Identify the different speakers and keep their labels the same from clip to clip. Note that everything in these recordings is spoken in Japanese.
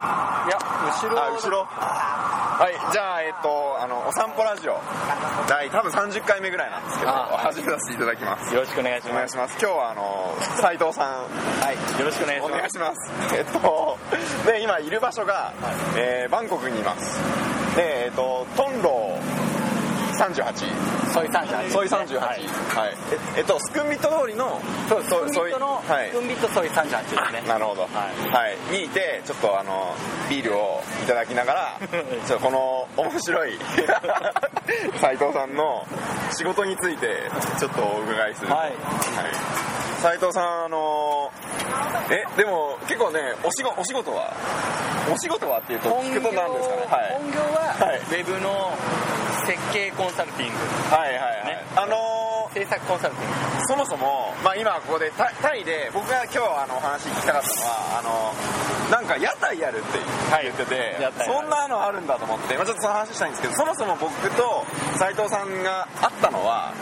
Speaker 1: いや後ろ
Speaker 2: あ後ろはいじゃあえっとあのお散歩ラジオ第多分30回目ぐらいなんですけど
Speaker 1: あ
Speaker 2: 始めさせていただきます
Speaker 1: よろしくお願いし
Speaker 2: お願
Speaker 1: ま
Speaker 2: い
Speaker 1: す
Speaker 2: します今日はあの斉藤さん
Speaker 1: はいよろしくお願いし
Speaker 2: お願
Speaker 1: ま
Speaker 2: い
Speaker 1: す
Speaker 2: しますえっとで今いる場所が、えーバンコクにいますでえっとトンロ38
Speaker 1: ソイ三社
Speaker 2: ソイ38はい、ええっとスクンビット通りの
Speaker 1: そうです
Speaker 2: ソイ
Speaker 1: スクンビットの
Speaker 2: ソイはい
Speaker 1: スクンビットソイ三社ですね
Speaker 2: なるほど、はいにいてちょっとあのビールをいただきなが らちょっとこの面白い斉藤さんの仕事についてちょっとお伺いする、
Speaker 1: はい
Speaker 2: はい斉藤さんあのえでも結構ねお仕事お仕事はお仕事はっていうと
Speaker 1: 本
Speaker 2: 聞
Speaker 1: 業
Speaker 2: くと何ですかね、はい、
Speaker 1: 本業
Speaker 2: はい
Speaker 1: はウェブの設計コンサルティング
Speaker 2: はいはいはい、
Speaker 1: ね
Speaker 2: あの
Speaker 1: 制作コンサルティング
Speaker 2: そもそも、まあ、今ここでタイタイで僕が今日あのお話聞きたかったのはあのなんか屋台やるって言ってて、
Speaker 1: い屋台
Speaker 2: そんなのあるんだと思って、まあ、ちょっとその話したいんですけどそもそも僕と斉藤さんが会ったのは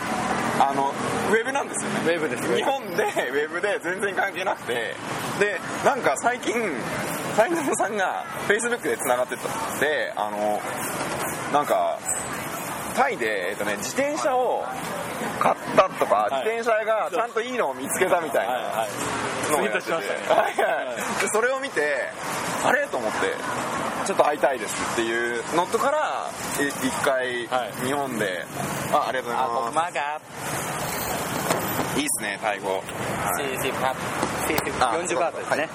Speaker 2: あのウェブなんですよね
Speaker 1: ウェブです
Speaker 2: 日本でウェブで全然関係なくてでなんか最近斉藤さんが Facebook でつながってたであのなんかタイで、えっとね、自転車を買ったとか、
Speaker 1: はい
Speaker 2: 自転車がちゃんといいのを見つけたみたい
Speaker 1: はい
Speaker 2: な
Speaker 1: はい
Speaker 2: のをやってて、
Speaker 1: ツイートしましたね
Speaker 2: はいはいでそれを見てあれと思ってちょっと会いたいですっていうのとからえ一回
Speaker 1: はい
Speaker 2: 日本で、あありがとうござい
Speaker 1: あ僕
Speaker 2: ま
Speaker 1: マガ
Speaker 2: すいいっすねタイ語、はい
Speaker 1: 成績パ成績
Speaker 2: あ
Speaker 1: 40パートですね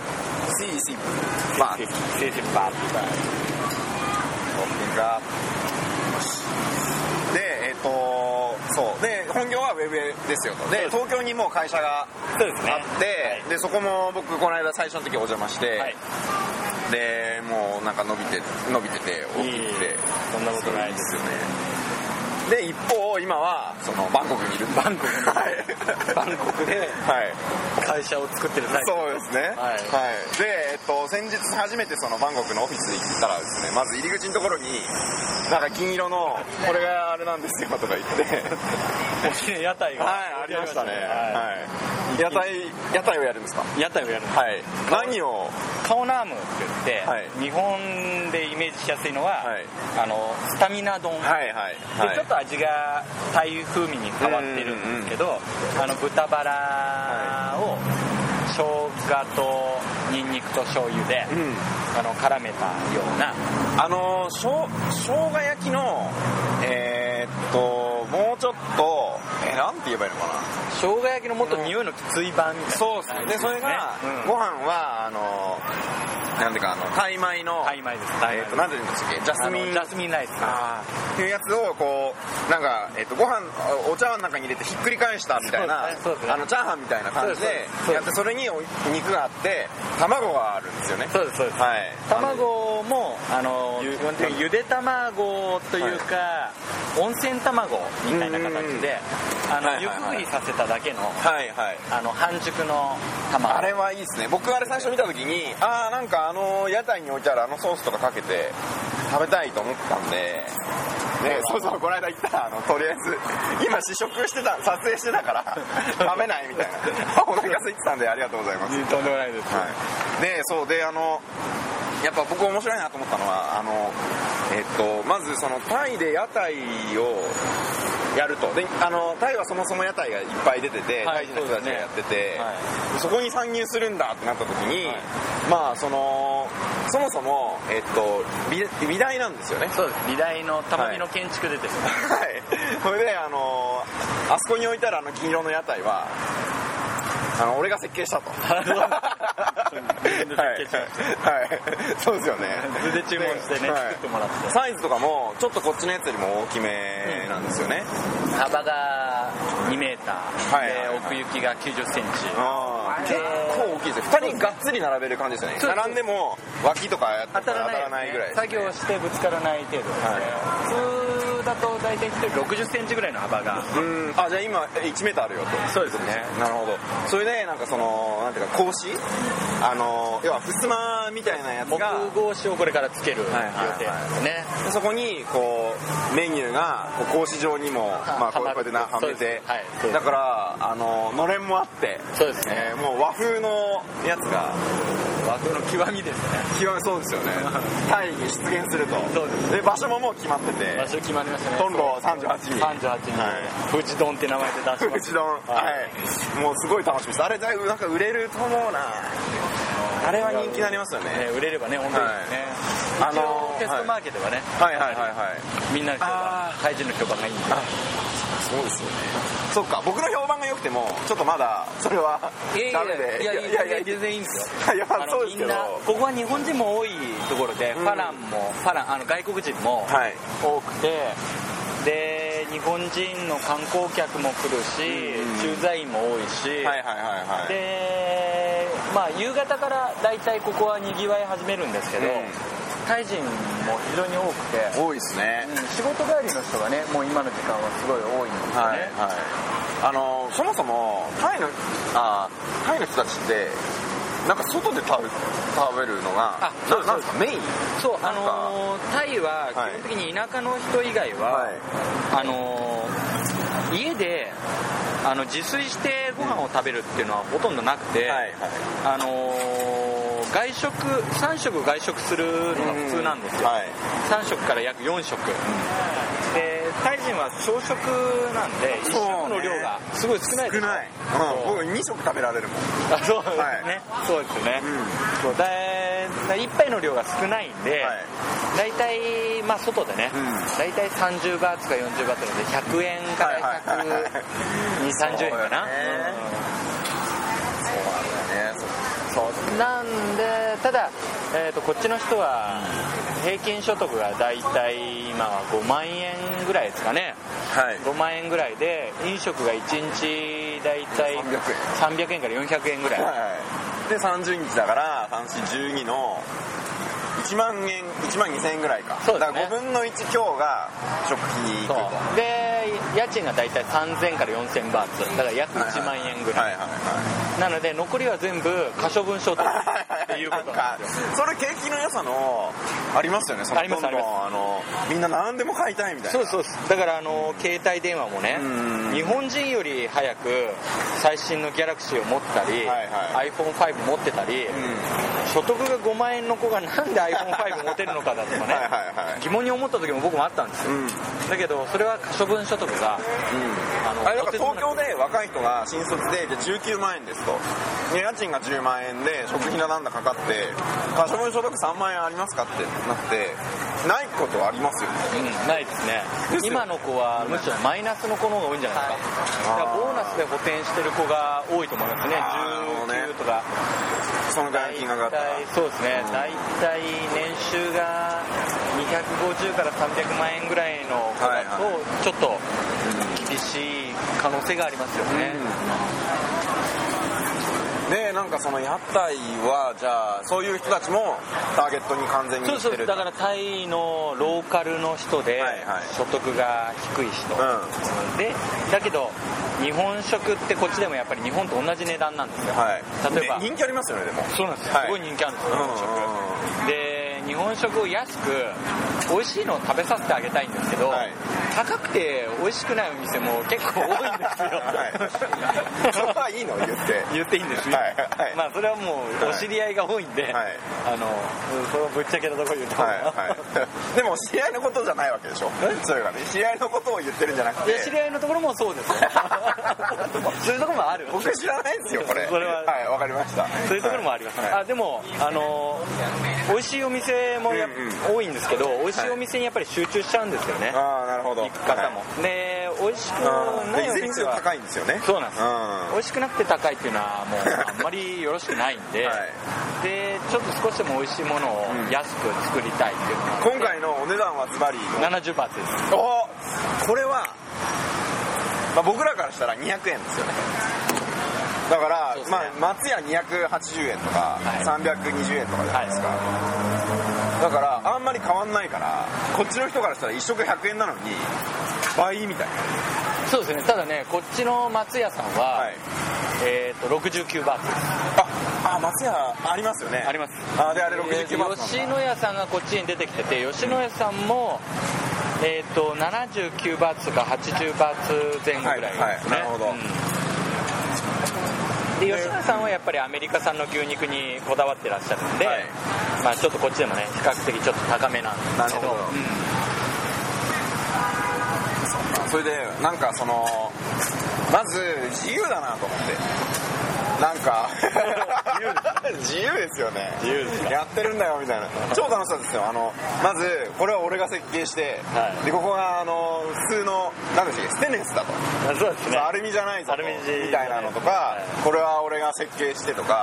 Speaker 2: シーシーまあ
Speaker 1: 成績パート
Speaker 2: がでえっ、とそうで本業はウェブですよとで東京にもう会社が
Speaker 1: そうですね
Speaker 2: あって、でそこも僕この間最初の時お邪魔して、
Speaker 1: はい
Speaker 2: でもうなんか伸びて伸びてて大
Speaker 1: い
Speaker 2: き
Speaker 1: い
Speaker 2: くて
Speaker 1: そんなことない
Speaker 2: で
Speaker 1: ですす
Speaker 2: よねで一方今はそのバンコクにいるバンコクは い
Speaker 1: バンコクで
Speaker 2: はい
Speaker 1: 会社を作ってる最中
Speaker 2: そうですね、
Speaker 1: はい
Speaker 2: で、えっと、先日初めてそのバンコクのオフィスに行ったらですねまず入り口のところになんか金色の「これがあれなんですよ」とか言って
Speaker 1: 大きな屋台が
Speaker 2: はいありましたね、
Speaker 1: は
Speaker 2: はい、屋台屋台をやるんですか
Speaker 1: い屋台をやるんです
Speaker 2: はい何を
Speaker 1: カオナームって言って、
Speaker 2: はい
Speaker 1: 日本でイメージしやすいのは、
Speaker 2: はい
Speaker 1: あのスタミナ丼、
Speaker 2: はいはいは
Speaker 1: で
Speaker 2: い
Speaker 1: ちょっと味がタイ風味に変わってるんですけど、あの豚バラを生姜とニンニクと醤油で、
Speaker 2: うん
Speaker 1: あの絡めたような
Speaker 2: あのーしょう生姜焼きのえーっともうちょっとえなんて言えばいいのかな
Speaker 1: 生姜焼きのもっと匂いのきつい版みたいな
Speaker 2: そうですね。で、それが、
Speaker 1: うん
Speaker 2: ご飯は、あの、なんていうか、あの、タイ米の、
Speaker 1: タイ米です
Speaker 2: えっと、なんていうんでしたっけ、ジャス
Speaker 1: あ
Speaker 2: ミ
Speaker 1: の
Speaker 2: ン。
Speaker 1: ジャスミンライス
Speaker 2: あーっていうやつをこうなんか、えっとご飯あお茶碗の中に入れてひっくり返したみたい
Speaker 1: そう
Speaker 2: な、
Speaker 1: ですねそうですね
Speaker 2: あのチャーハンみたいな感じ
Speaker 1: そうで
Speaker 2: です
Speaker 1: そうです
Speaker 2: やってそれにお肉があって卵があるんですよね
Speaker 1: そうですそうです
Speaker 2: はい
Speaker 1: 卵もあの
Speaker 2: ゆ
Speaker 1: 基本的にゆで卵というか、温泉卵みたいな形であの、
Speaker 2: はいはいはい
Speaker 1: ゆっくりさせただけの
Speaker 2: はいはい
Speaker 1: あの半熟の卵
Speaker 2: あれはいいですね僕あれ最初見た時にああなんかあの屋台に置いてあるあのソースとかかけて食べたいと思ったんでねそうそうこの間行ったらあのとりあえず今試食してた撮影してたから 食べないみたいなお腹空いてたんでありがとうございます、は
Speaker 1: とんでもないです、
Speaker 2: い、でそうであのやっぱ僕面白いなと思ったのはあのえっとまずそのタイで屋台をやるとであのタイはそもそも屋台がいっぱい出てて、
Speaker 1: はい
Speaker 2: タイ人の人たちがやってて、
Speaker 1: はい
Speaker 2: そこに参入するんだってなった時に、
Speaker 1: はい
Speaker 2: まあそのそもそも、えっと、美美大なんですよね
Speaker 1: そうです美大のたまみの建築でですね、
Speaker 2: はい それであのあそこに置いたらあの金色の屋台はあの俺が設計したとはい、はいはい、そうですよね
Speaker 1: 図で注文してね、
Speaker 2: はい
Speaker 1: 作ってもらって
Speaker 2: サイズとかもちょっとこっちのやつよりも大きめなんですよね、
Speaker 1: 幅が2メーター、
Speaker 2: はいはいはい
Speaker 1: で奥行きが9 0センチ、
Speaker 2: あー結構大きいですね2人がっつり並べる感じですよね
Speaker 1: そうです
Speaker 2: 並んでも脇とかやっても
Speaker 1: 当たらない,、
Speaker 2: 当たらないぐらいですね
Speaker 1: 作業してぶつからない程度ですね、普通だと大体1人6 0センチぐらいの幅が
Speaker 2: うんあじゃあ今1メートルあるよと
Speaker 1: そうですね
Speaker 2: なるほどそれでなんかそのなんていうか格子あの要は襖みたいなやつ
Speaker 1: 木
Speaker 2: が
Speaker 1: 格子をこれからつける予定
Speaker 2: はい
Speaker 1: ですね、
Speaker 2: でそこにこうメニューがこう格子状にも、まあ、こう
Speaker 1: はま
Speaker 2: こうやってなは
Speaker 1: そう
Speaker 2: め
Speaker 1: です
Speaker 2: て、
Speaker 1: はいそうです
Speaker 2: だからあののれんもあって
Speaker 1: そうですね
Speaker 2: えーもう和風のやつが
Speaker 1: 枠の極みですね
Speaker 2: 気はそうで すよねタイに出現すると
Speaker 1: そうです
Speaker 2: で場所ももう決まってて
Speaker 1: 場所決まりましたね
Speaker 2: トンロ38に
Speaker 1: 38人、
Speaker 2: はい
Speaker 1: 富士丼って名前で出し
Speaker 2: う
Speaker 1: ま
Speaker 2: ち
Speaker 1: す
Speaker 2: 丼はいもうすごい楽しみですあれだいぶなんか売れると思うなあれは人気になりますよね
Speaker 1: ね売れればね本当にね、
Speaker 2: はい
Speaker 1: 一応
Speaker 2: あのー
Speaker 1: テストマーケットはね、
Speaker 2: はいはいはいはい
Speaker 1: みんなの評
Speaker 2: あ
Speaker 1: 判タイ人の評判がいいんで
Speaker 2: そうですよねそっか僕の評判が良くてもちょっとまだそれはダメで
Speaker 1: いやいやいやいや全然いいんですよ
Speaker 2: いやまあ
Speaker 1: あの
Speaker 2: そうですけど
Speaker 1: みんなここは日本人も多いところで、
Speaker 2: う
Speaker 1: フ
Speaker 2: ん
Speaker 1: ァランもファランあの外国人も
Speaker 2: はい
Speaker 1: 多くて、で日本人の観光客も来るし、
Speaker 2: うん
Speaker 1: 駐在員も多いし、
Speaker 2: はいはいはいはい
Speaker 1: でまあ夕方から大体ここはにぎわい始めるんですけど、
Speaker 2: うん
Speaker 1: タイ人も非常に多くて、
Speaker 2: 多いですね
Speaker 1: うん仕事帰りの人がねもう今の時間はすごい多いんですよね、
Speaker 2: はいはいあのそもそもタイのあータイの人たちってなんか外で食べ食べるのが
Speaker 1: あ
Speaker 2: ななんですかメイン
Speaker 1: そう
Speaker 2: な
Speaker 1: あ
Speaker 2: んか
Speaker 1: のータイは基本的に田舎の人以外は、あのー家であの自炊してご飯を食べるっていうのはほとんどなくて、
Speaker 2: はいはい
Speaker 1: あのー外食3食外食するのが普通なんですよ、
Speaker 2: はい
Speaker 1: 3食から約4食、でタイ人は小食なんで1
Speaker 2: そう
Speaker 1: 食
Speaker 2: ね
Speaker 1: の量がすごい少ないです
Speaker 2: 少ない、
Speaker 1: そう
Speaker 2: うん、僕2食食べられるもん、
Speaker 1: あそうですね、
Speaker 2: はい
Speaker 1: そうですね、
Speaker 2: う
Speaker 1: そうだだ1杯の量が少ないんで、
Speaker 2: はい
Speaker 1: 大体、まあ、外でね、
Speaker 2: うん
Speaker 1: 大体30バーツか40バーツなので100円か
Speaker 2: は
Speaker 1: ら
Speaker 2: いはいはい
Speaker 1: 12030円かな、
Speaker 2: そうだねね
Speaker 1: そうなんでただ、えー、とこっちの人は平均所得が大体今は5万円ぐらいですかね
Speaker 2: はい
Speaker 1: 5万円ぐらいで飲食が1日大体
Speaker 2: 300円
Speaker 1: 300円から400円ぐらい
Speaker 2: はい、で30日だから3412の1万円1万2000円ぐらいか
Speaker 1: そうですね
Speaker 2: だから5分の1強が食費に
Speaker 1: そ
Speaker 2: 行
Speaker 1: う
Speaker 2: くと
Speaker 1: で家賃が大体3000から4000バーツだから約1万円ぐらい、
Speaker 2: はいはいは
Speaker 1: なので残りは全部可処分所得って
Speaker 2: い
Speaker 1: いうこ
Speaker 2: なん
Speaker 1: とな
Speaker 2: か
Speaker 1: んですよ
Speaker 2: それ景気の良さのありますよねその
Speaker 1: あります
Speaker 2: どんど
Speaker 1: あ
Speaker 2: ん
Speaker 1: り
Speaker 2: あのみんな何でも買いたいみたいな
Speaker 1: そうそうですだからあの携帯電話もね
Speaker 2: うん
Speaker 1: 日本人より早く最新のギャラクシーを持ってたり、
Speaker 2: はいは
Speaker 1: iPhone5 持ってたり、
Speaker 2: うん
Speaker 1: 所得が5万円の子がなんで iPhone5 持てるのかだとかね
Speaker 2: はいはいはい
Speaker 1: 疑問に思った時も僕もあったんですよ
Speaker 2: うんうん
Speaker 1: だけどそれは可処分所得があの
Speaker 2: あれなんか東京で若い人が新卒でじゃあ19万円ですとで家賃が10万円で食費がなんだかかって可処分所得3万円ありますかってなってないことはありますよね
Speaker 1: うん、ないですね
Speaker 2: ですよ
Speaker 1: 今の子はむしろマイナスの子の方が多いんじゃないですか、
Speaker 2: は
Speaker 1: だ
Speaker 2: い
Speaker 1: からボーナスで補填してる子が多いと思いますね
Speaker 2: あーなるほどね
Speaker 1: 19とか
Speaker 2: そのぐらいの金額があったら
Speaker 1: 大体そうですね、
Speaker 2: うん
Speaker 1: 大体年収が250から300万円ぐらいの子
Speaker 2: はい
Speaker 1: だ
Speaker 2: は
Speaker 1: とちょっと厳しい可能性がありますよね、
Speaker 2: でなんかその屋台はじゃあそういう人たちもターゲットに完全に
Speaker 1: そう
Speaker 2: して
Speaker 1: そ
Speaker 2: る
Speaker 1: うだからタイのローカルの人で
Speaker 2: はいはい
Speaker 1: 所得が低い人、
Speaker 2: うん
Speaker 1: でだけど日本食ってこっちでもやっぱり日本と同じ値段なんですよ、
Speaker 2: はい
Speaker 1: 例えば
Speaker 2: ね人気ありますよねでも
Speaker 1: そうなんですよ、
Speaker 2: はい
Speaker 1: すごい人気あるんですよ
Speaker 2: う
Speaker 1: 日本食、
Speaker 2: んうん
Speaker 1: で日本食を安く美味しいのを食べさせてあげたいんですけど、
Speaker 2: はい
Speaker 1: 高くて美味しくないお店も結構多 いんですよ、
Speaker 2: はいそれはいいの言って
Speaker 1: 言っていいんですよ、
Speaker 2: はいはい
Speaker 1: まあそれはもうお知り合いが多いんで、
Speaker 2: はい
Speaker 1: あのそのぶっちゃけたところ言うと、
Speaker 2: はいはいで も知り合いのことじゃないわけでしょそれがね知り合いのことを言ってるんじゃなく
Speaker 1: いや知
Speaker 2: て
Speaker 1: り合いのところもそうですよ そういうところもある
Speaker 2: 僕知らないですよこれ
Speaker 1: それはい
Speaker 2: わかりました
Speaker 1: そういうところもあります、
Speaker 2: はい
Speaker 1: あでもあの美味しいお店もやっ
Speaker 2: う
Speaker 1: 多いんですけど美味しいお店にやっぱり集中しちゃうんですよね、
Speaker 2: ああなるほど
Speaker 1: 行く方も、で美味しく
Speaker 2: はい
Speaker 1: ない
Speaker 2: うん
Speaker 1: お
Speaker 2: でいずれに
Speaker 1: 店
Speaker 2: せよ
Speaker 1: は
Speaker 2: 高いんですよね
Speaker 1: そうなんです
Speaker 2: うん
Speaker 1: 美味しくなくて高いっていうのはもうあんまりよろしくないんで、
Speaker 2: はい
Speaker 1: でちょっと少しでも美味しいものを
Speaker 2: うん
Speaker 1: 安く作りたいっていうのが
Speaker 2: 今回のお値段はズバリ
Speaker 1: 70バーツです
Speaker 2: おこれは、まあ、僕らからしたら200円ですよねだから、
Speaker 1: そうですね
Speaker 2: まあ、松屋280円とか、
Speaker 1: はい
Speaker 2: 320円とかじゃないですか、だからあんまり変わんないからこっちの人からしたら1食100円なのに倍みたい
Speaker 1: そうですねただねこっちの松屋さん
Speaker 2: な、
Speaker 1: は、
Speaker 2: はい、
Speaker 1: えー、と69バーツです
Speaker 2: ああ松屋ありますよね
Speaker 1: あります
Speaker 2: あであれ
Speaker 1: えー
Speaker 2: 69万なんだ
Speaker 1: 吉野家さんがこっちに出てきてて吉野家さんも、えー、と79バーツか80バーツ前後ぐらいですね、
Speaker 2: はいはいなるほど
Speaker 1: うんで吉野さんはやっぱりアメリカ産の牛肉にこだわってらっしゃるんで、
Speaker 2: はい
Speaker 1: まあ、ちょっとこっちでもね比較的ちょっと高めなんですけど
Speaker 2: なるほどそれでなんかそのまず自由だなと思ってなんか 自由ですよね
Speaker 1: 自由ですか
Speaker 2: やってるんだよみたいな超楽しそうですよあのまずこれは俺が設計して、
Speaker 1: はい
Speaker 2: でここがあの普通の何でしたっけステンレスだと、
Speaker 1: うんそうですね
Speaker 2: アルミじゃないぞ
Speaker 1: アルミじゃない
Speaker 2: みたいなのとか、
Speaker 1: はい
Speaker 2: これは俺が設計してとか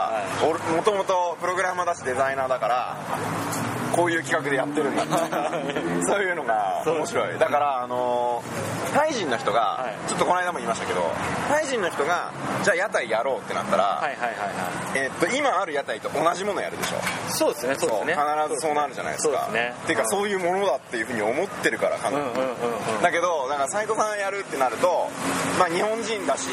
Speaker 1: は
Speaker 2: もともとプログラマーだしデザイナーだからこういう企画でやってるんだそういうのが面白いだからあのータイ人の人が、
Speaker 1: はい
Speaker 2: ちょっとこの間も言いましたけどタイ人の人がじゃあ屋台やろうってなったら、
Speaker 1: はいはいはいは
Speaker 2: えっと今ある屋台と同じものやるでしょ
Speaker 1: いそうですねそうですね
Speaker 2: 必ずそうなるじゃないですか
Speaker 1: そうですね
Speaker 2: っていうか
Speaker 1: うん
Speaker 2: そういうものだっていうふうに思ってるから
Speaker 1: うんうんうんうん
Speaker 2: だけどなんか斉藤さんやるってなると、まあ、日本人だし、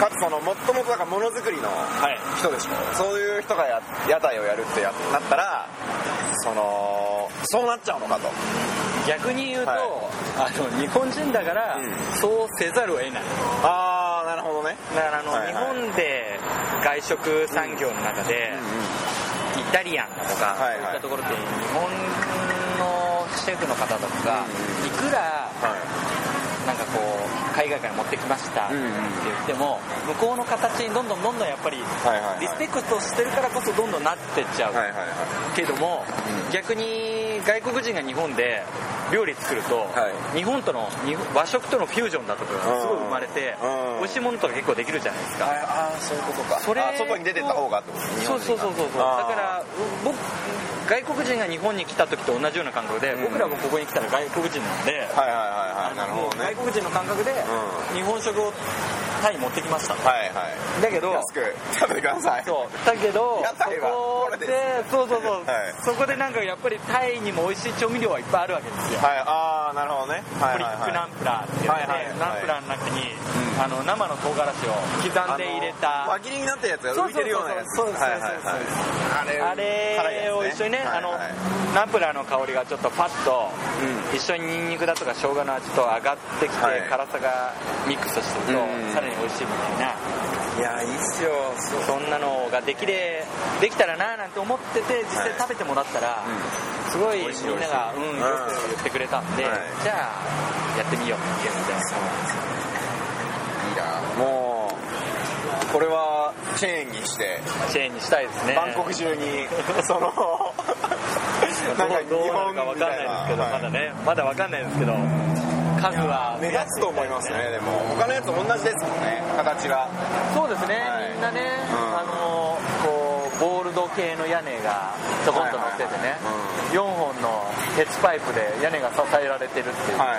Speaker 2: かつそのもともとだからものづくりの
Speaker 1: はい
Speaker 2: 人でしょそういう人がや屋台をやるってやなったらそのそうなっちゃうのかと
Speaker 1: 逆に言うと、
Speaker 2: は
Speaker 1: あの日本人だから、
Speaker 2: うん
Speaker 1: そうせざるを得ない
Speaker 2: ああなるほどね
Speaker 1: だからあの、
Speaker 2: はいはい
Speaker 1: 日本で外食産業の中で、イタリアンだとか、
Speaker 2: はいはい
Speaker 1: そういったところって日本のシェフの方だとか、
Speaker 2: う
Speaker 1: いくら
Speaker 2: は
Speaker 1: なんかこう海外から持ってきましたって
Speaker 2: うんう
Speaker 1: 言
Speaker 2: ん
Speaker 1: っても、向こうの形にどんどんどんどんやっぱり
Speaker 2: いはいはい
Speaker 1: リスペクトしてるからこそどんどんなってっちゃう、
Speaker 2: はいはいはい
Speaker 1: けども、逆に外国人が日本で料理作ると、
Speaker 2: は
Speaker 1: 日本との日本和食とのフュージョンだとかがすごい生まれて、
Speaker 2: うん
Speaker 1: 美味しいものとか結構できるじゃないですか、
Speaker 2: ああそういうことか
Speaker 1: それ
Speaker 2: あ外に出てった方がってこと日
Speaker 1: そうそうそ
Speaker 2: 本人が
Speaker 1: うそうそうだ
Speaker 2: あー
Speaker 1: から僕外国人が日本に来た時と同じような感覚で、
Speaker 2: うん
Speaker 1: 僕らもここに来たら外国人なんで、
Speaker 2: はいはいはいはいなるほどね
Speaker 1: 外国人の感覚で、
Speaker 2: う
Speaker 1: 日本食をタイに持ってきました
Speaker 2: はいはい
Speaker 1: だけど
Speaker 2: 安く食べてください
Speaker 1: そうだけど
Speaker 2: 屋
Speaker 1: そ
Speaker 2: 台は
Speaker 1: こ
Speaker 2: これ
Speaker 1: で
Speaker 2: で
Speaker 1: そうそうそう、
Speaker 2: はい
Speaker 1: そこでなんかやっぱりタイにも美味しい調味料はいっぱいあるわけですよ、
Speaker 2: はいああなるほどねは
Speaker 1: プ
Speaker 2: いはい
Speaker 1: リッ
Speaker 2: は
Speaker 1: ク
Speaker 2: い
Speaker 1: ナンプラーって言って、
Speaker 2: はいはいはい
Speaker 1: ナンプラーの中に、
Speaker 2: うん
Speaker 1: あの生の唐辛子を刻んで入れ
Speaker 2: あの輪
Speaker 1: た
Speaker 2: 切りになったやつが浮いてるようなやつ
Speaker 1: そうそうそうそう
Speaker 2: はいはいはい
Speaker 1: あ
Speaker 2: あ
Speaker 1: れを一緒にね、あのナンプラーの香りがちょっとパッと一緒にニンニクだとか生姜の味と上がってきて、
Speaker 2: はい
Speaker 1: 辛さがミックスしてると、
Speaker 2: うん
Speaker 1: さらに美味しいみたいな
Speaker 2: うん、いやいいっすよ
Speaker 1: そんなのができれできたらなーなんて思ってて実際食べてもらったら、すごい
Speaker 2: 美味しい
Speaker 1: みんなが、うん、
Speaker 2: 美味しい
Speaker 1: よく言ってくれたんで、
Speaker 2: はい
Speaker 1: じゃあやってみようっていうので
Speaker 2: いいなもうこれはチェーンにして
Speaker 1: チェーンにしたいですね
Speaker 2: バンコク 中にその
Speaker 1: どうどうなるかわかんないですけど、
Speaker 2: はい
Speaker 1: まだねまだわかんないですけど数は
Speaker 2: 目立つと思いますねでも他のやつと同じですもんね形が
Speaker 1: そうですね、
Speaker 2: はい
Speaker 1: みんなね、
Speaker 2: ん
Speaker 1: あのこうボールド系の屋根がちょこんと乗っててね、4本の鉄パイプで屋根が支えられてるっていう、
Speaker 2: はい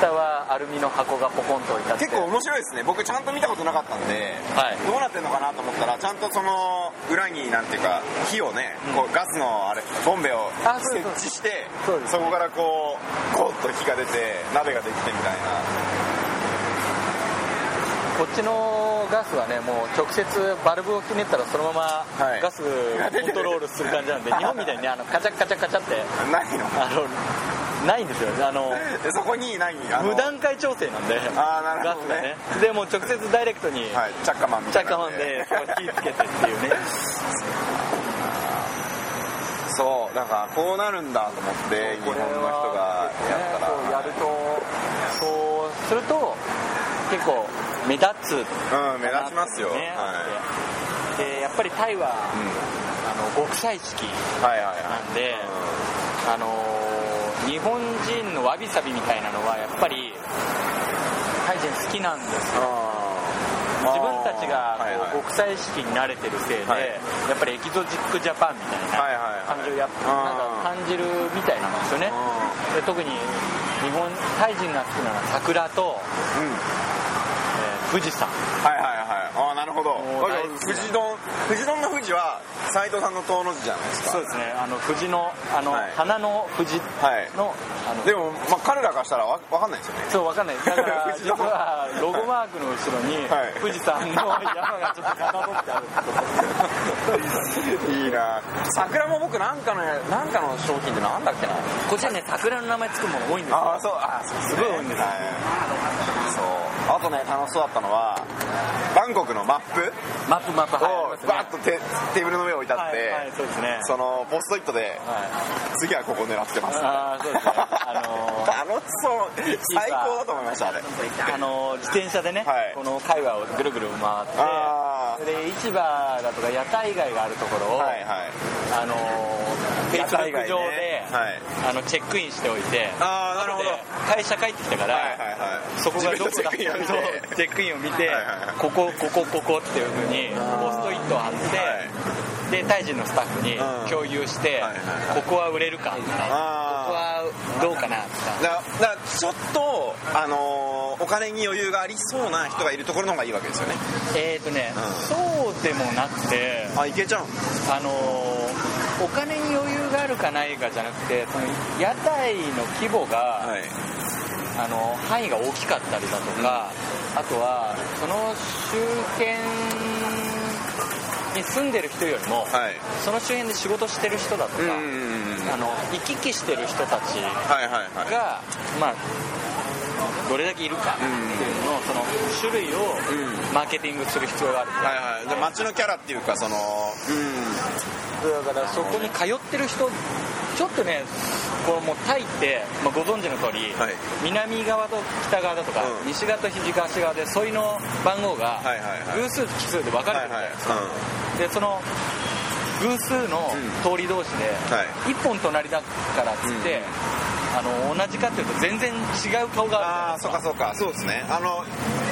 Speaker 1: 下はアルミの箱がポコンと置いてあって
Speaker 2: 結構面白いですね僕ちゃんと見たことなかったんで、
Speaker 1: はい
Speaker 2: どうなってんのかなと思ったらちゃんとその裏になんていうか火をね、こうガスのあれボンベを
Speaker 1: あそう
Speaker 2: 設
Speaker 1: そう
Speaker 2: 置して
Speaker 1: そうです
Speaker 2: こからこうゴーッと火が出て鍋ができてみたいな
Speaker 1: こっちのガスはねもう直接バルブをひねったらそのまま
Speaker 2: はい
Speaker 1: ガスコントロールする感じな んで、日本みたいにねあのカチャカチャカチャって
Speaker 2: ないの
Speaker 1: あのないんですよねあの
Speaker 2: でそこにないあの
Speaker 1: 無段階調整なんで
Speaker 2: あーな
Speaker 1: ガ
Speaker 2: る
Speaker 1: ス
Speaker 2: ほ
Speaker 1: が
Speaker 2: どね
Speaker 1: ねでもう直接ダイレクトに
Speaker 2: はいチャッカマンみ
Speaker 1: チ
Speaker 2: た
Speaker 1: ャ
Speaker 2: い
Speaker 1: ッカ
Speaker 2: な
Speaker 1: マ
Speaker 2: ん
Speaker 1: ンでこう火つけてっていうね
Speaker 2: そうだからこうなるんだと思って日
Speaker 1: こ
Speaker 2: 本の人
Speaker 1: れは
Speaker 2: がやったら、
Speaker 1: そうやるとそうすると結構目立つ
Speaker 2: うん目立ちますよ、
Speaker 1: ね
Speaker 2: は
Speaker 1: でやっぱりタイは、
Speaker 2: い、
Speaker 1: あ
Speaker 2: うん
Speaker 1: の極彩色
Speaker 2: はいはいはい
Speaker 1: なんであのー日本人のわびさびみたいなのはやっぱりタイ人好きなんですよ自分たちがこう、極彩色に慣れてるせいで、
Speaker 2: はい
Speaker 1: やっぱりエキゾチックジャパンみたい
Speaker 2: はい
Speaker 1: な
Speaker 2: はいはい
Speaker 1: 感じをやっ、
Speaker 2: あー
Speaker 1: なんか感じるみたいなんですよねで特に日本タイ人が好きなのは桜と、
Speaker 2: うん
Speaker 1: えー富士山
Speaker 2: はいはいはいああなるほど
Speaker 1: もう大好き
Speaker 2: 富士丼富士丼の富士は斎藤さんの遠の字じゃないですか
Speaker 1: そうですねあの富士のあの、
Speaker 2: はい
Speaker 1: 花の富士
Speaker 2: はい
Speaker 1: のあの
Speaker 2: でも、まあ、彼らからしたらわわかんないです よね
Speaker 1: そうわかんないだ から
Speaker 2: 富士
Speaker 1: 実
Speaker 2: の
Speaker 1: はロゴマークの後ろに
Speaker 2: はい
Speaker 1: 富士山の山がちょっとかたどってある
Speaker 2: いいな桜も僕なんかのなんかの商品ってなんだっけな
Speaker 1: こっちはね桜の名前つくもの多いんですよ
Speaker 2: ああそうあーそう
Speaker 1: すごい多いんですよ
Speaker 2: はいそうあとね楽しそうだったのはバン韓国のマップ
Speaker 1: マップマップ
Speaker 2: を
Speaker 1: は
Speaker 2: バーッとテテーブルの上に置いてあっ
Speaker 1: はい
Speaker 2: て、
Speaker 1: はいそうですね
Speaker 2: そのポストイットで
Speaker 1: はい
Speaker 2: 次はここ狙ってます
Speaker 1: あーそうですねあのー
Speaker 2: 楽しそう最高だと思いましたあれ
Speaker 1: あの自転車でね、
Speaker 2: はい
Speaker 1: この界隈をぐるぐる回って
Speaker 2: あー
Speaker 1: で市場だとか屋台街があるところを、
Speaker 2: はいはい
Speaker 1: あのフェイスブック上で、
Speaker 2: はい
Speaker 1: あのチェックインしておいて
Speaker 2: あーなるほど
Speaker 1: 後で会社帰ってきたから、
Speaker 2: はいはいはい
Speaker 1: そこがどこ
Speaker 2: 自
Speaker 1: だ
Speaker 2: 分のチェックインを見て
Speaker 1: そうチェックインを見て、
Speaker 2: はいはいはい
Speaker 1: ここここここっていうふうにポストイットを貼って、でタイ人のスタッフに
Speaker 2: うん
Speaker 1: 共有して、
Speaker 2: はいは
Speaker 1: ここは売れるかとかここ
Speaker 2: あ
Speaker 1: はどうかなとか
Speaker 2: ーだだからちょっとあのーお金に余裕がありそうな人がいるところの方がいいわけですよね
Speaker 1: えっ、ー、とね、そうでもなくて
Speaker 2: あいけちゃうんで
Speaker 1: あのーお金に余裕があるかないかじゃなくてその屋台の規模が、
Speaker 2: はい
Speaker 1: あの範囲が大きかったりだとか、あとはその周辺に住んでる人よりも、
Speaker 2: はい
Speaker 1: その周辺で仕事してる人だとか、
Speaker 2: うんうんうんうん
Speaker 1: あの行き来してる人たち
Speaker 2: はいはいはい
Speaker 1: が、まあ、どれだけいるかっていうのを、その種類を
Speaker 2: う
Speaker 1: マーケティングする必要がある、
Speaker 2: はいはいで街のキャラっていうかそのうん
Speaker 1: だからそこに通ってる人ちょっとねこうもうタイって、まあ、ご存知の通り、
Speaker 2: はい
Speaker 1: 南側と北側だとか、
Speaker 2: うん
Speaker 1: 西側と東側で沿いの番号が
Speaker 2: はいはいはい
Speaker 1: 偶数と奇数で分かれ
Speaker 2: は
Speaker 1: てる
Speaker 2: い
Speaker 1: んで,、
Speaker 2: はい
Speaker 1: でその偶数の通り同士で、一本隣だからっつって、
Speaker 2: うん
Speaker 1: あの同じかっていうと全然違う顔が
Speaker 2: あ
Speaker 1: あ
Speaker 2: あ
Speaker 1: る
Speaker 2: そうかそうかそうですねあの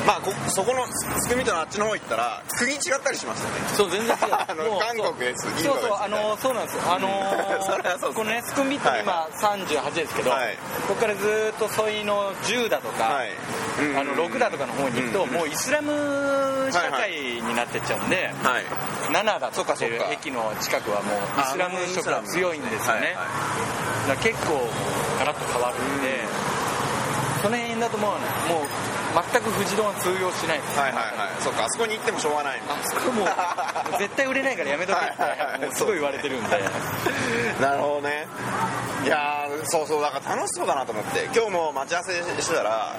Speaker 2: まあこそこのすくみとのあっちの方行ったら国違ったりしますよね
Speaker 1: そう全然違う
Speaker 2: あの
Speaker 1: もう
Speaker 2: 韓国ですインドです
Speaker 1: そうそう
Speaker 2: みた
Speaker 1: あ
Speaker 2: いな
Speaker 1: のそうなんですよあの
Speaker 2: それはそうですね
Speaker 1: このねスクンビット
Speaker 2: はい
Speaker 1: 今38ですけど、
Speaker 2: はい
Speaker 1: ここからずーっと沿いの10だとか、
Speaker 2: はい
Speaker 1: あの6だとかの方に行くと、もうイスラム社会になってっちゃうんで、
Speaker 2: はい
Speaker 1: 7だとかってい
Speaker 2: そうっかそっか
Speaker 1: 駅の近くはもうイスラム色が強いんですよね、
Speaker 2: はい
Speaker 1: だから結構ガラッと変わるんで、その辺だともうもう全く藤丼は通用しないです、
Speaker 2: はいはいはいはいそっかあそこに行ってもしょうがない
Speaker 1: あそこも う絶対売れないからやめとけって、
Speaker 2: はいはいはい
Speaker 1: もうすごい言われてるんで
Speaker 2: なるほどねいやーそうそうだから楽しそうだなと思って今日も待ち合わせしてたら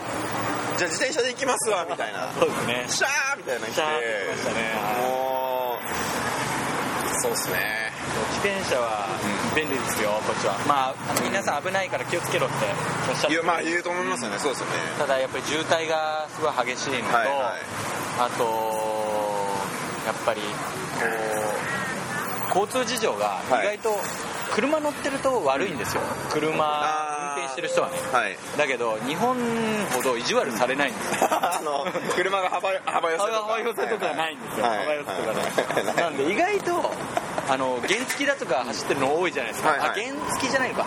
Speaker 2: じゃあ自転車で行きますわみたいな
Speaker 1: そうですね
Speaker 2: シャーみたいなの来て
Speaker 1: シャーって来ましたね
Speaker 2: もうそうっすね
Speaker 1: 自転車は便利ですよこっちはまああの皆さん危ないから気をつけろっておっしゃっ
Speaker 2: い
Speaker 1: て
Speaker 2: やまあ言うと思いますよねそうですよね
Speaker 1: ただやっぱり渋滞がすごい激しいのと、
Speaker 2: はいは
Speaker 1: あとやっぱりこう交通事情が意外と車乗ってると悪いんですよ車
Speaker 2: あー
Speaker 1: 運転してる人はね
Speaker 2: はい
Speaker 1: だけど日本ほど意地悪されないんですよ
Speaker 2: あの車が幅幅寄せとか
Speaker 1: 幅寄せとかないんですよ
Speaker 2: はい
Speaker 1: 幅寄せ とかない
Speaker 2: はい
Speaker 1: なんで意外とあの原付だとか走ってるの多いじゃないですか、
Speaker 2: はいはい
Speaker 1: あ原付じゃないのか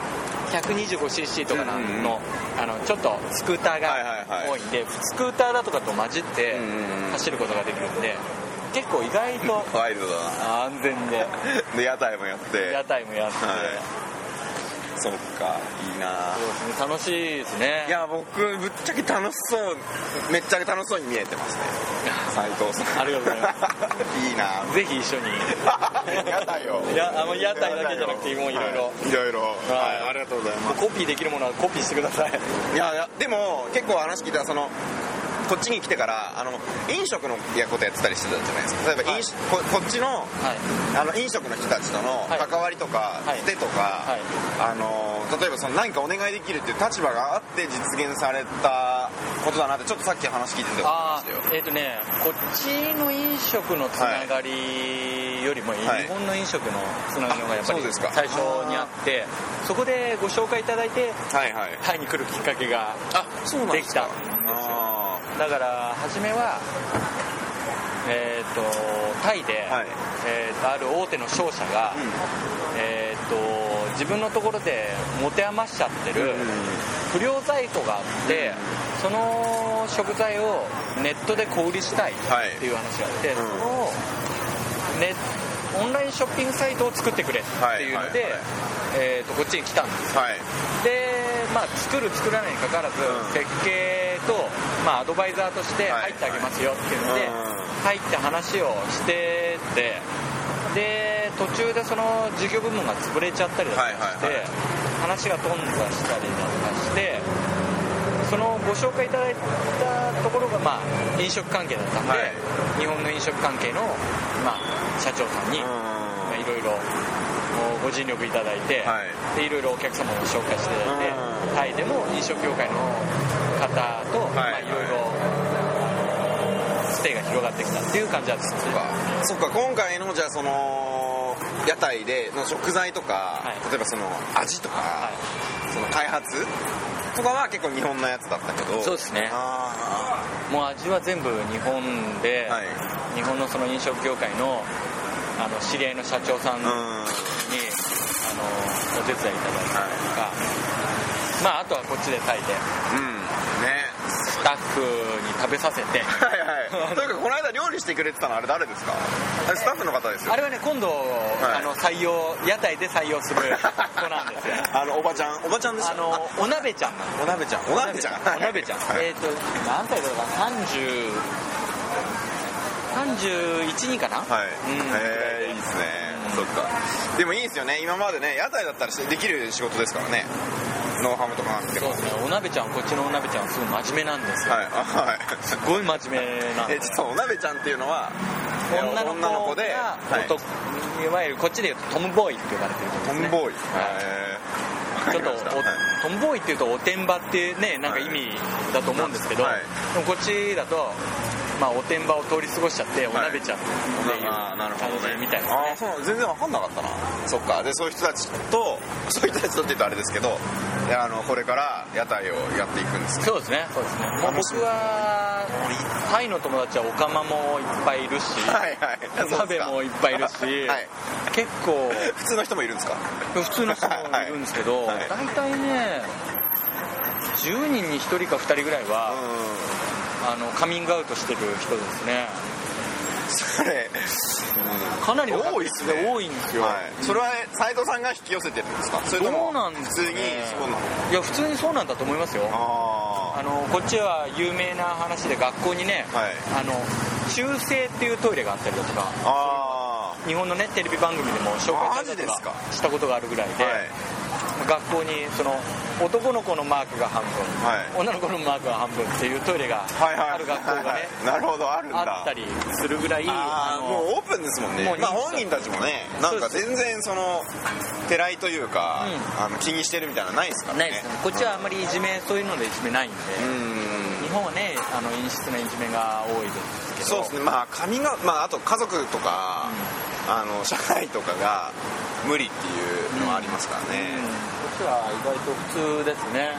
Speaker 1: 125cc とかなの,、
Speaker 2: うんうん
Speaker 1: あのちょっとスクーター
Speaker 2: はいはい
Speaker 1: が
Speaker 2: は
Speaker 1: 多いんで、スクーターだとかと混じって
Speaker 2: うんうんうん
Speaker 1: 走ることができるんで結構意外と
Speaker 2: ワイルドだな
Speaker 1: 安全で
Speaker 2: で屋台もやって
Speaker 1: 屋台もやってて、
Speaker 2: はいそっかいいな
Speaker 1: そうですね楽しいですね
Speaker 2: いや僕ぶっちゃけ楽しそうめっちゃけ楽しそうに見えてますね斉藤さん
Speaker 1: ありがとうござい
Speaker 2: ます いいな
Speaker 1: ぜひ一緒に
Speaker 2: 屋台を
Speaker 1: いやあの屋台だけじゃなくてもういろいろ
Speaker 2: はいいろいろはいいありがとうございま
Speaker 1: コピーできるものはコピーしてください
Speaker 2: すいやいやでも結構話聞いたらそのこっちに来てからあの飲食のやことやってたりしてたじゃないですか例えば飲食ここっちの
Speaker 1: はい
Speaker 2: あの飲食の人たちとの
Speaker 1: はい
Speaker 2: 関わりとか
Speaker 1: はい
Speaker 2: 手とか、
Speaker 1: はい
Speaker 2: あの例えばその何かお願いできるっていう立場があって実現されたことだなってちょっとさっき話聞いてて思いま
Speaker 1: あ
Speaker 2: したよ
Speaker 1: ーえっ、とねこっちの飲食のつながりよりも、
Speaker 2: はい
Speaker 1: 日本の飲食のつながりの方がやっぱ
Speaker 2: あ
Speaker 1: り
Speaker 2: そうですか
Speaker 1: 最初にあってそこでご紹介いただいて
Speaker 2: はいはい
Speaker 1: タイに来るきっかけが
Speaker 2: あそうなん
Speaker 1: で
Speaker 2: で
Speaker 1: き
Speaker 2: す
Speaker 1: た
Speaker 2: かあ
Speaker 1: だから初めはえっ、とタイで、
Speaker 2: ーはい
Speaker 1: えーとある大手の商社が、えっ、と自分のところで持て余しちゃってる、不良在庫があって、その食材をネットで小売りしたいっていう話があって、
Speaker 2: ん
Speaker 1: そのネオンラインショッピングサイトを作ってくれっていうので、
Speaker 2: はいはいはい
Speaker 1: えー、とこっちに来たんです
Speaker 2: はい
Speaker 1: で、まあ、作る作らないにかかわらず、
Speaker 2: うん
Speaker 1: 設計と、まあ、アドバイザーとして
Speaker 2: はい
Speaker 1: 入ってあげますよっていうので、
Speaker 2: う
Speaker 1: 入って話をしててで途中でその事業部門が潰れちゃったりだとかして、
Speaker 2: はいはいはい
Speaker 1: 話が頓挫したりだとかしてそのご紹介いただいたところが、まあ、飲食関係だったんで、
Speaker 2: はい
Speaker 1: 日本の飲食関係の、まあ、社長さんに、
Speaker 2: うん
Speaker 1: まあ、いろいろご尽力いただいて、
Speaker 2: はい
Speaker 1: い、でいろいろお客様を紹介していただいて、
Speaker 2: うん
Speaker 1: タイでも飲食業界の方と、まあ、
Speaker 2: はい
Speaker 1: いろいろステイが広がってきたっていう感じなんですね
Speaker 2: そっか今回のじゃあその屋台での食材とか、
Speaker 1: はい
Speaker 2: 例えばその味とか、
Speaker 1: はい
Speaker 2: その開発とかは結構日本のやつだったけど
Speaker 1: そうですね
Speaker 2: あ
Speaker 1: もう味は全部日本で、
Speaker 2: ーはい
Speaker 1: 日本のその飲食業界のあの知り合いの社長さん
Speaker 2: う
Speaker 1: に、あの
Speaker 2: ん
Speaker 1: お手伝いいただいたりとか、まあ、あとはこっちで炊いて
Speaker 2: うんね
Speaker 1: スタッフに食べさせて
Speaker 2: はい はいというかこの間料理してくれてたのあれ誰ですかあれスタッフの方ですよ
Speaker 1: あれはね今度、
Speaker 2: い
Speaker 1: あの採用屋台で採用する子なんですよ
Speaker 2: あのおばちゃんおばちゃんでし
Speaker 1: あ
Speaker 2: た
Speaker 1: のお鍋ちゃんなんです
Speaker 2: お鍋ちゃんお鍋ちゃん
Speaker 1: お鍋ちゃん
Speaker 2: はい
Speaker 1: えっ、と何歳だろうか30 31人かな、
Speaker 2: はい、
Speaker 1: うん
Speaker 2: へえいいですね、そっかでもいいですよね今までね屋台だったらしできる仕事ですからねノウハウとかなくて
Speaker 1: そう
Speaker 2: も
Speaker 1: ですねお鍋ちゃんこっちのお鍋ちゃんはすごい真面目なんですよ、
Speaker 2: はいあはい
Speaker 1: すごい真面目なん
Speaker 2: え
Speaker 1: です
Speaker 2: ちょっとお鍋ちゃんっていうのは
Speaker 1: 女の子
Speaker 2: 女の子で、
Speaker 1: が
Speaker 2: はい、
Speaker 1: 男、い、わゆるこっちで言うとトムボーイって呼ばれてると
Speaker 2: ト
Speaker 1: こですね
Speaker 2: ンボーイ、
Speaker 1: ち
Speaker 2: へ
Speaker 1: ょっ
Speaker 2: え
Speaker 1: とお
Speaker 2: わかりましたはい
Speaker 1: トムボーイっていうとおてんばってねなんか意味だと思うんですけど、
Speaker 2: はい
Speaker 1: でもこっちだと、まあ、おてんばを通り過ごしちゃってお鍋ちゃんっていう
Speaker 2: あーなるほ
Speaker 1: 感
Speaker 2: どね
Speaker 1: じみたいな、
Speaker 2: あーそう全然わかんなかったなそっかでそういう人たちとそういう人たちとって言うとあれですけどいやあのこれから屋台をやっていくんですね
Speaker 1: そうですねそうですねもう僕はタイの友達はオカマもいっぱいいるし
Speaker 2: はいはいそうっすか
Speaker 1: 鍋もいっぱいいるし
Speaker 2: はい、
Speaker 1: 結構
Speaker 2: 普通の人もいるんですか
Speaker 1: 普通の人もいるんですけど、
Speaker 2: はいはい
Speaker 1: 大体ね10人に1人か2人ぐらいは、
Speaker 2: うん
Speaker 1: あのカミングアウトしてる人ですね
Speaker 2: それ、
Speaker 1: かなりの
Speaker 2: 多いっすね
Speaker 1: 多いんですよ、
Speaker 2: はい、それは斎藤さんが引き寄せてるんですかそれと
Speaker 1: ど
Speaker 2: も
Speaker 1: うなんで
Speaker 2: 普
Speaker 1: すか
Speaker 2: 通
Speaker 1: ね
Speaker 2: にそうなの
Speaker 1: いや普通にそうなんだと思いますよ
Speaker 2: あ
Speaker 1: あのこっちは有名な話で学校にね、
Speaker 2: はい
Speaker 1: あの中性っていうトイレがあったりだとか
Speaker 2: ああ
Speaker 1: 日本のねテレビ番組でも紹介されたり
Speaker 2: マ
Speaker 1: と
Speaker 2: ジで
Speaker 1: か
Speaker 2: す
Speaker 1: したことがあるぐらい
Speaker 2: あ
Speaker 1: で、
Speaker 2: はい
Speaker 1: 学校にその男の子のマークが半分、
Speaker 2: はい
Speaker 1: 女の子のマークが半分っていうトイレが
Speaker 2: はいはい
Speaker 1: ある学校がね、
Speaker 2: はいなるほどあるんだ
Speaker 1: あったりするぐらい
Speaker 2: あー
Speaker 1: あの
Speaker 2: もうオープンですもんね
Speaker 1: もう
Speaker 2: まあ本人たちもねなんか全然そのてらいというか、あの気にしてるみたいなのないですからね
Speaker 1: ないですねこっちはあんまりいじめそういうのでいじめないんで、
Speaker 2: うん
Speaker 1: 日本はねあの陰湿ないじめが多いですけど
Speaker 2: そうですねまあ髪がまああと家族とか、あの 社会とかが無理っていうのはありますからね、
Speaker 1: うんこっちは意外と普通ですね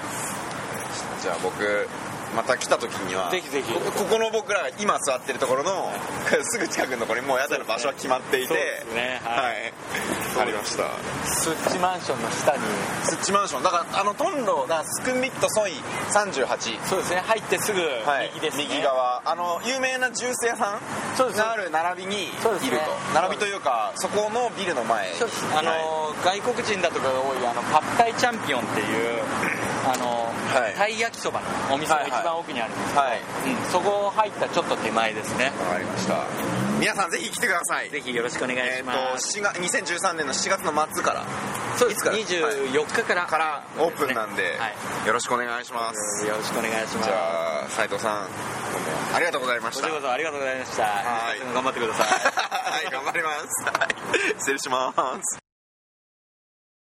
Speaker 2: じゃあ僕また来た時には
Speaker 1: ぜひぜひ
Speaker 2: こここの僕らが今座ってるところの すぐ近くのところにもう屋台の場所は決まっていて、
Speaker 1: そうですね
Speaker 2: は、
Speaker 1: はい
Speaker 2: ありました
Speaker 1: スッチマンションの下に
Speaker 2: スッチマンションだからあのトンロだからスクンビットソイ38
Speaker 1: そうですね入ってすぐ右ですね、
Speaker 2: 右側あの有名なジュース屋さ
Speaker 1: そうんです
Speaker 2: がある並びにいると、
Speaker 1: そうですね
Speaker 2: 並びというかそこのビルの前に
Speaker 1: そうですあの、
Speaker 2: はい
Speaker 1: 外国人だとかが多いあのパッタイチャンピオンっていうあの、
Speaker 2: はい
Speaker 1: タイ焼きそばのお店の一番奥にあるんです、
Speaker 2: はい
Speaker 1: うん、そこ入ったちょっと手前ですね
Speaker 2: わかりました皆さんぜひ来てください
Speaker 1: ぜひよろしくお願い
Speaker 2: え
Speaker 1: し
Speaker 2: っ、
Speaker 1: ます、
Speaker 2: と7月2013年の7月の末から
Speaker 1: そうです
Speaker 2: いつから
Speaker 1: 24日から、
Speaker 2: からオープンなんで、
Speaker 1: はい
Speaker 2: よろしくお願いします、
Speaker 1: よろしくお願いします
Speaker 2: じゃあ斉藤さんどうもありがとうございま
Speaker 1: こ
Speaker 2: し
Speaker 1: ち
Speaker 2: た
Speaker 1: らこそありがとうございました
Speaker 2: はい
Speaker 1: 頑張ってください
Speaker 2: はい頑張ります、はい、失礼します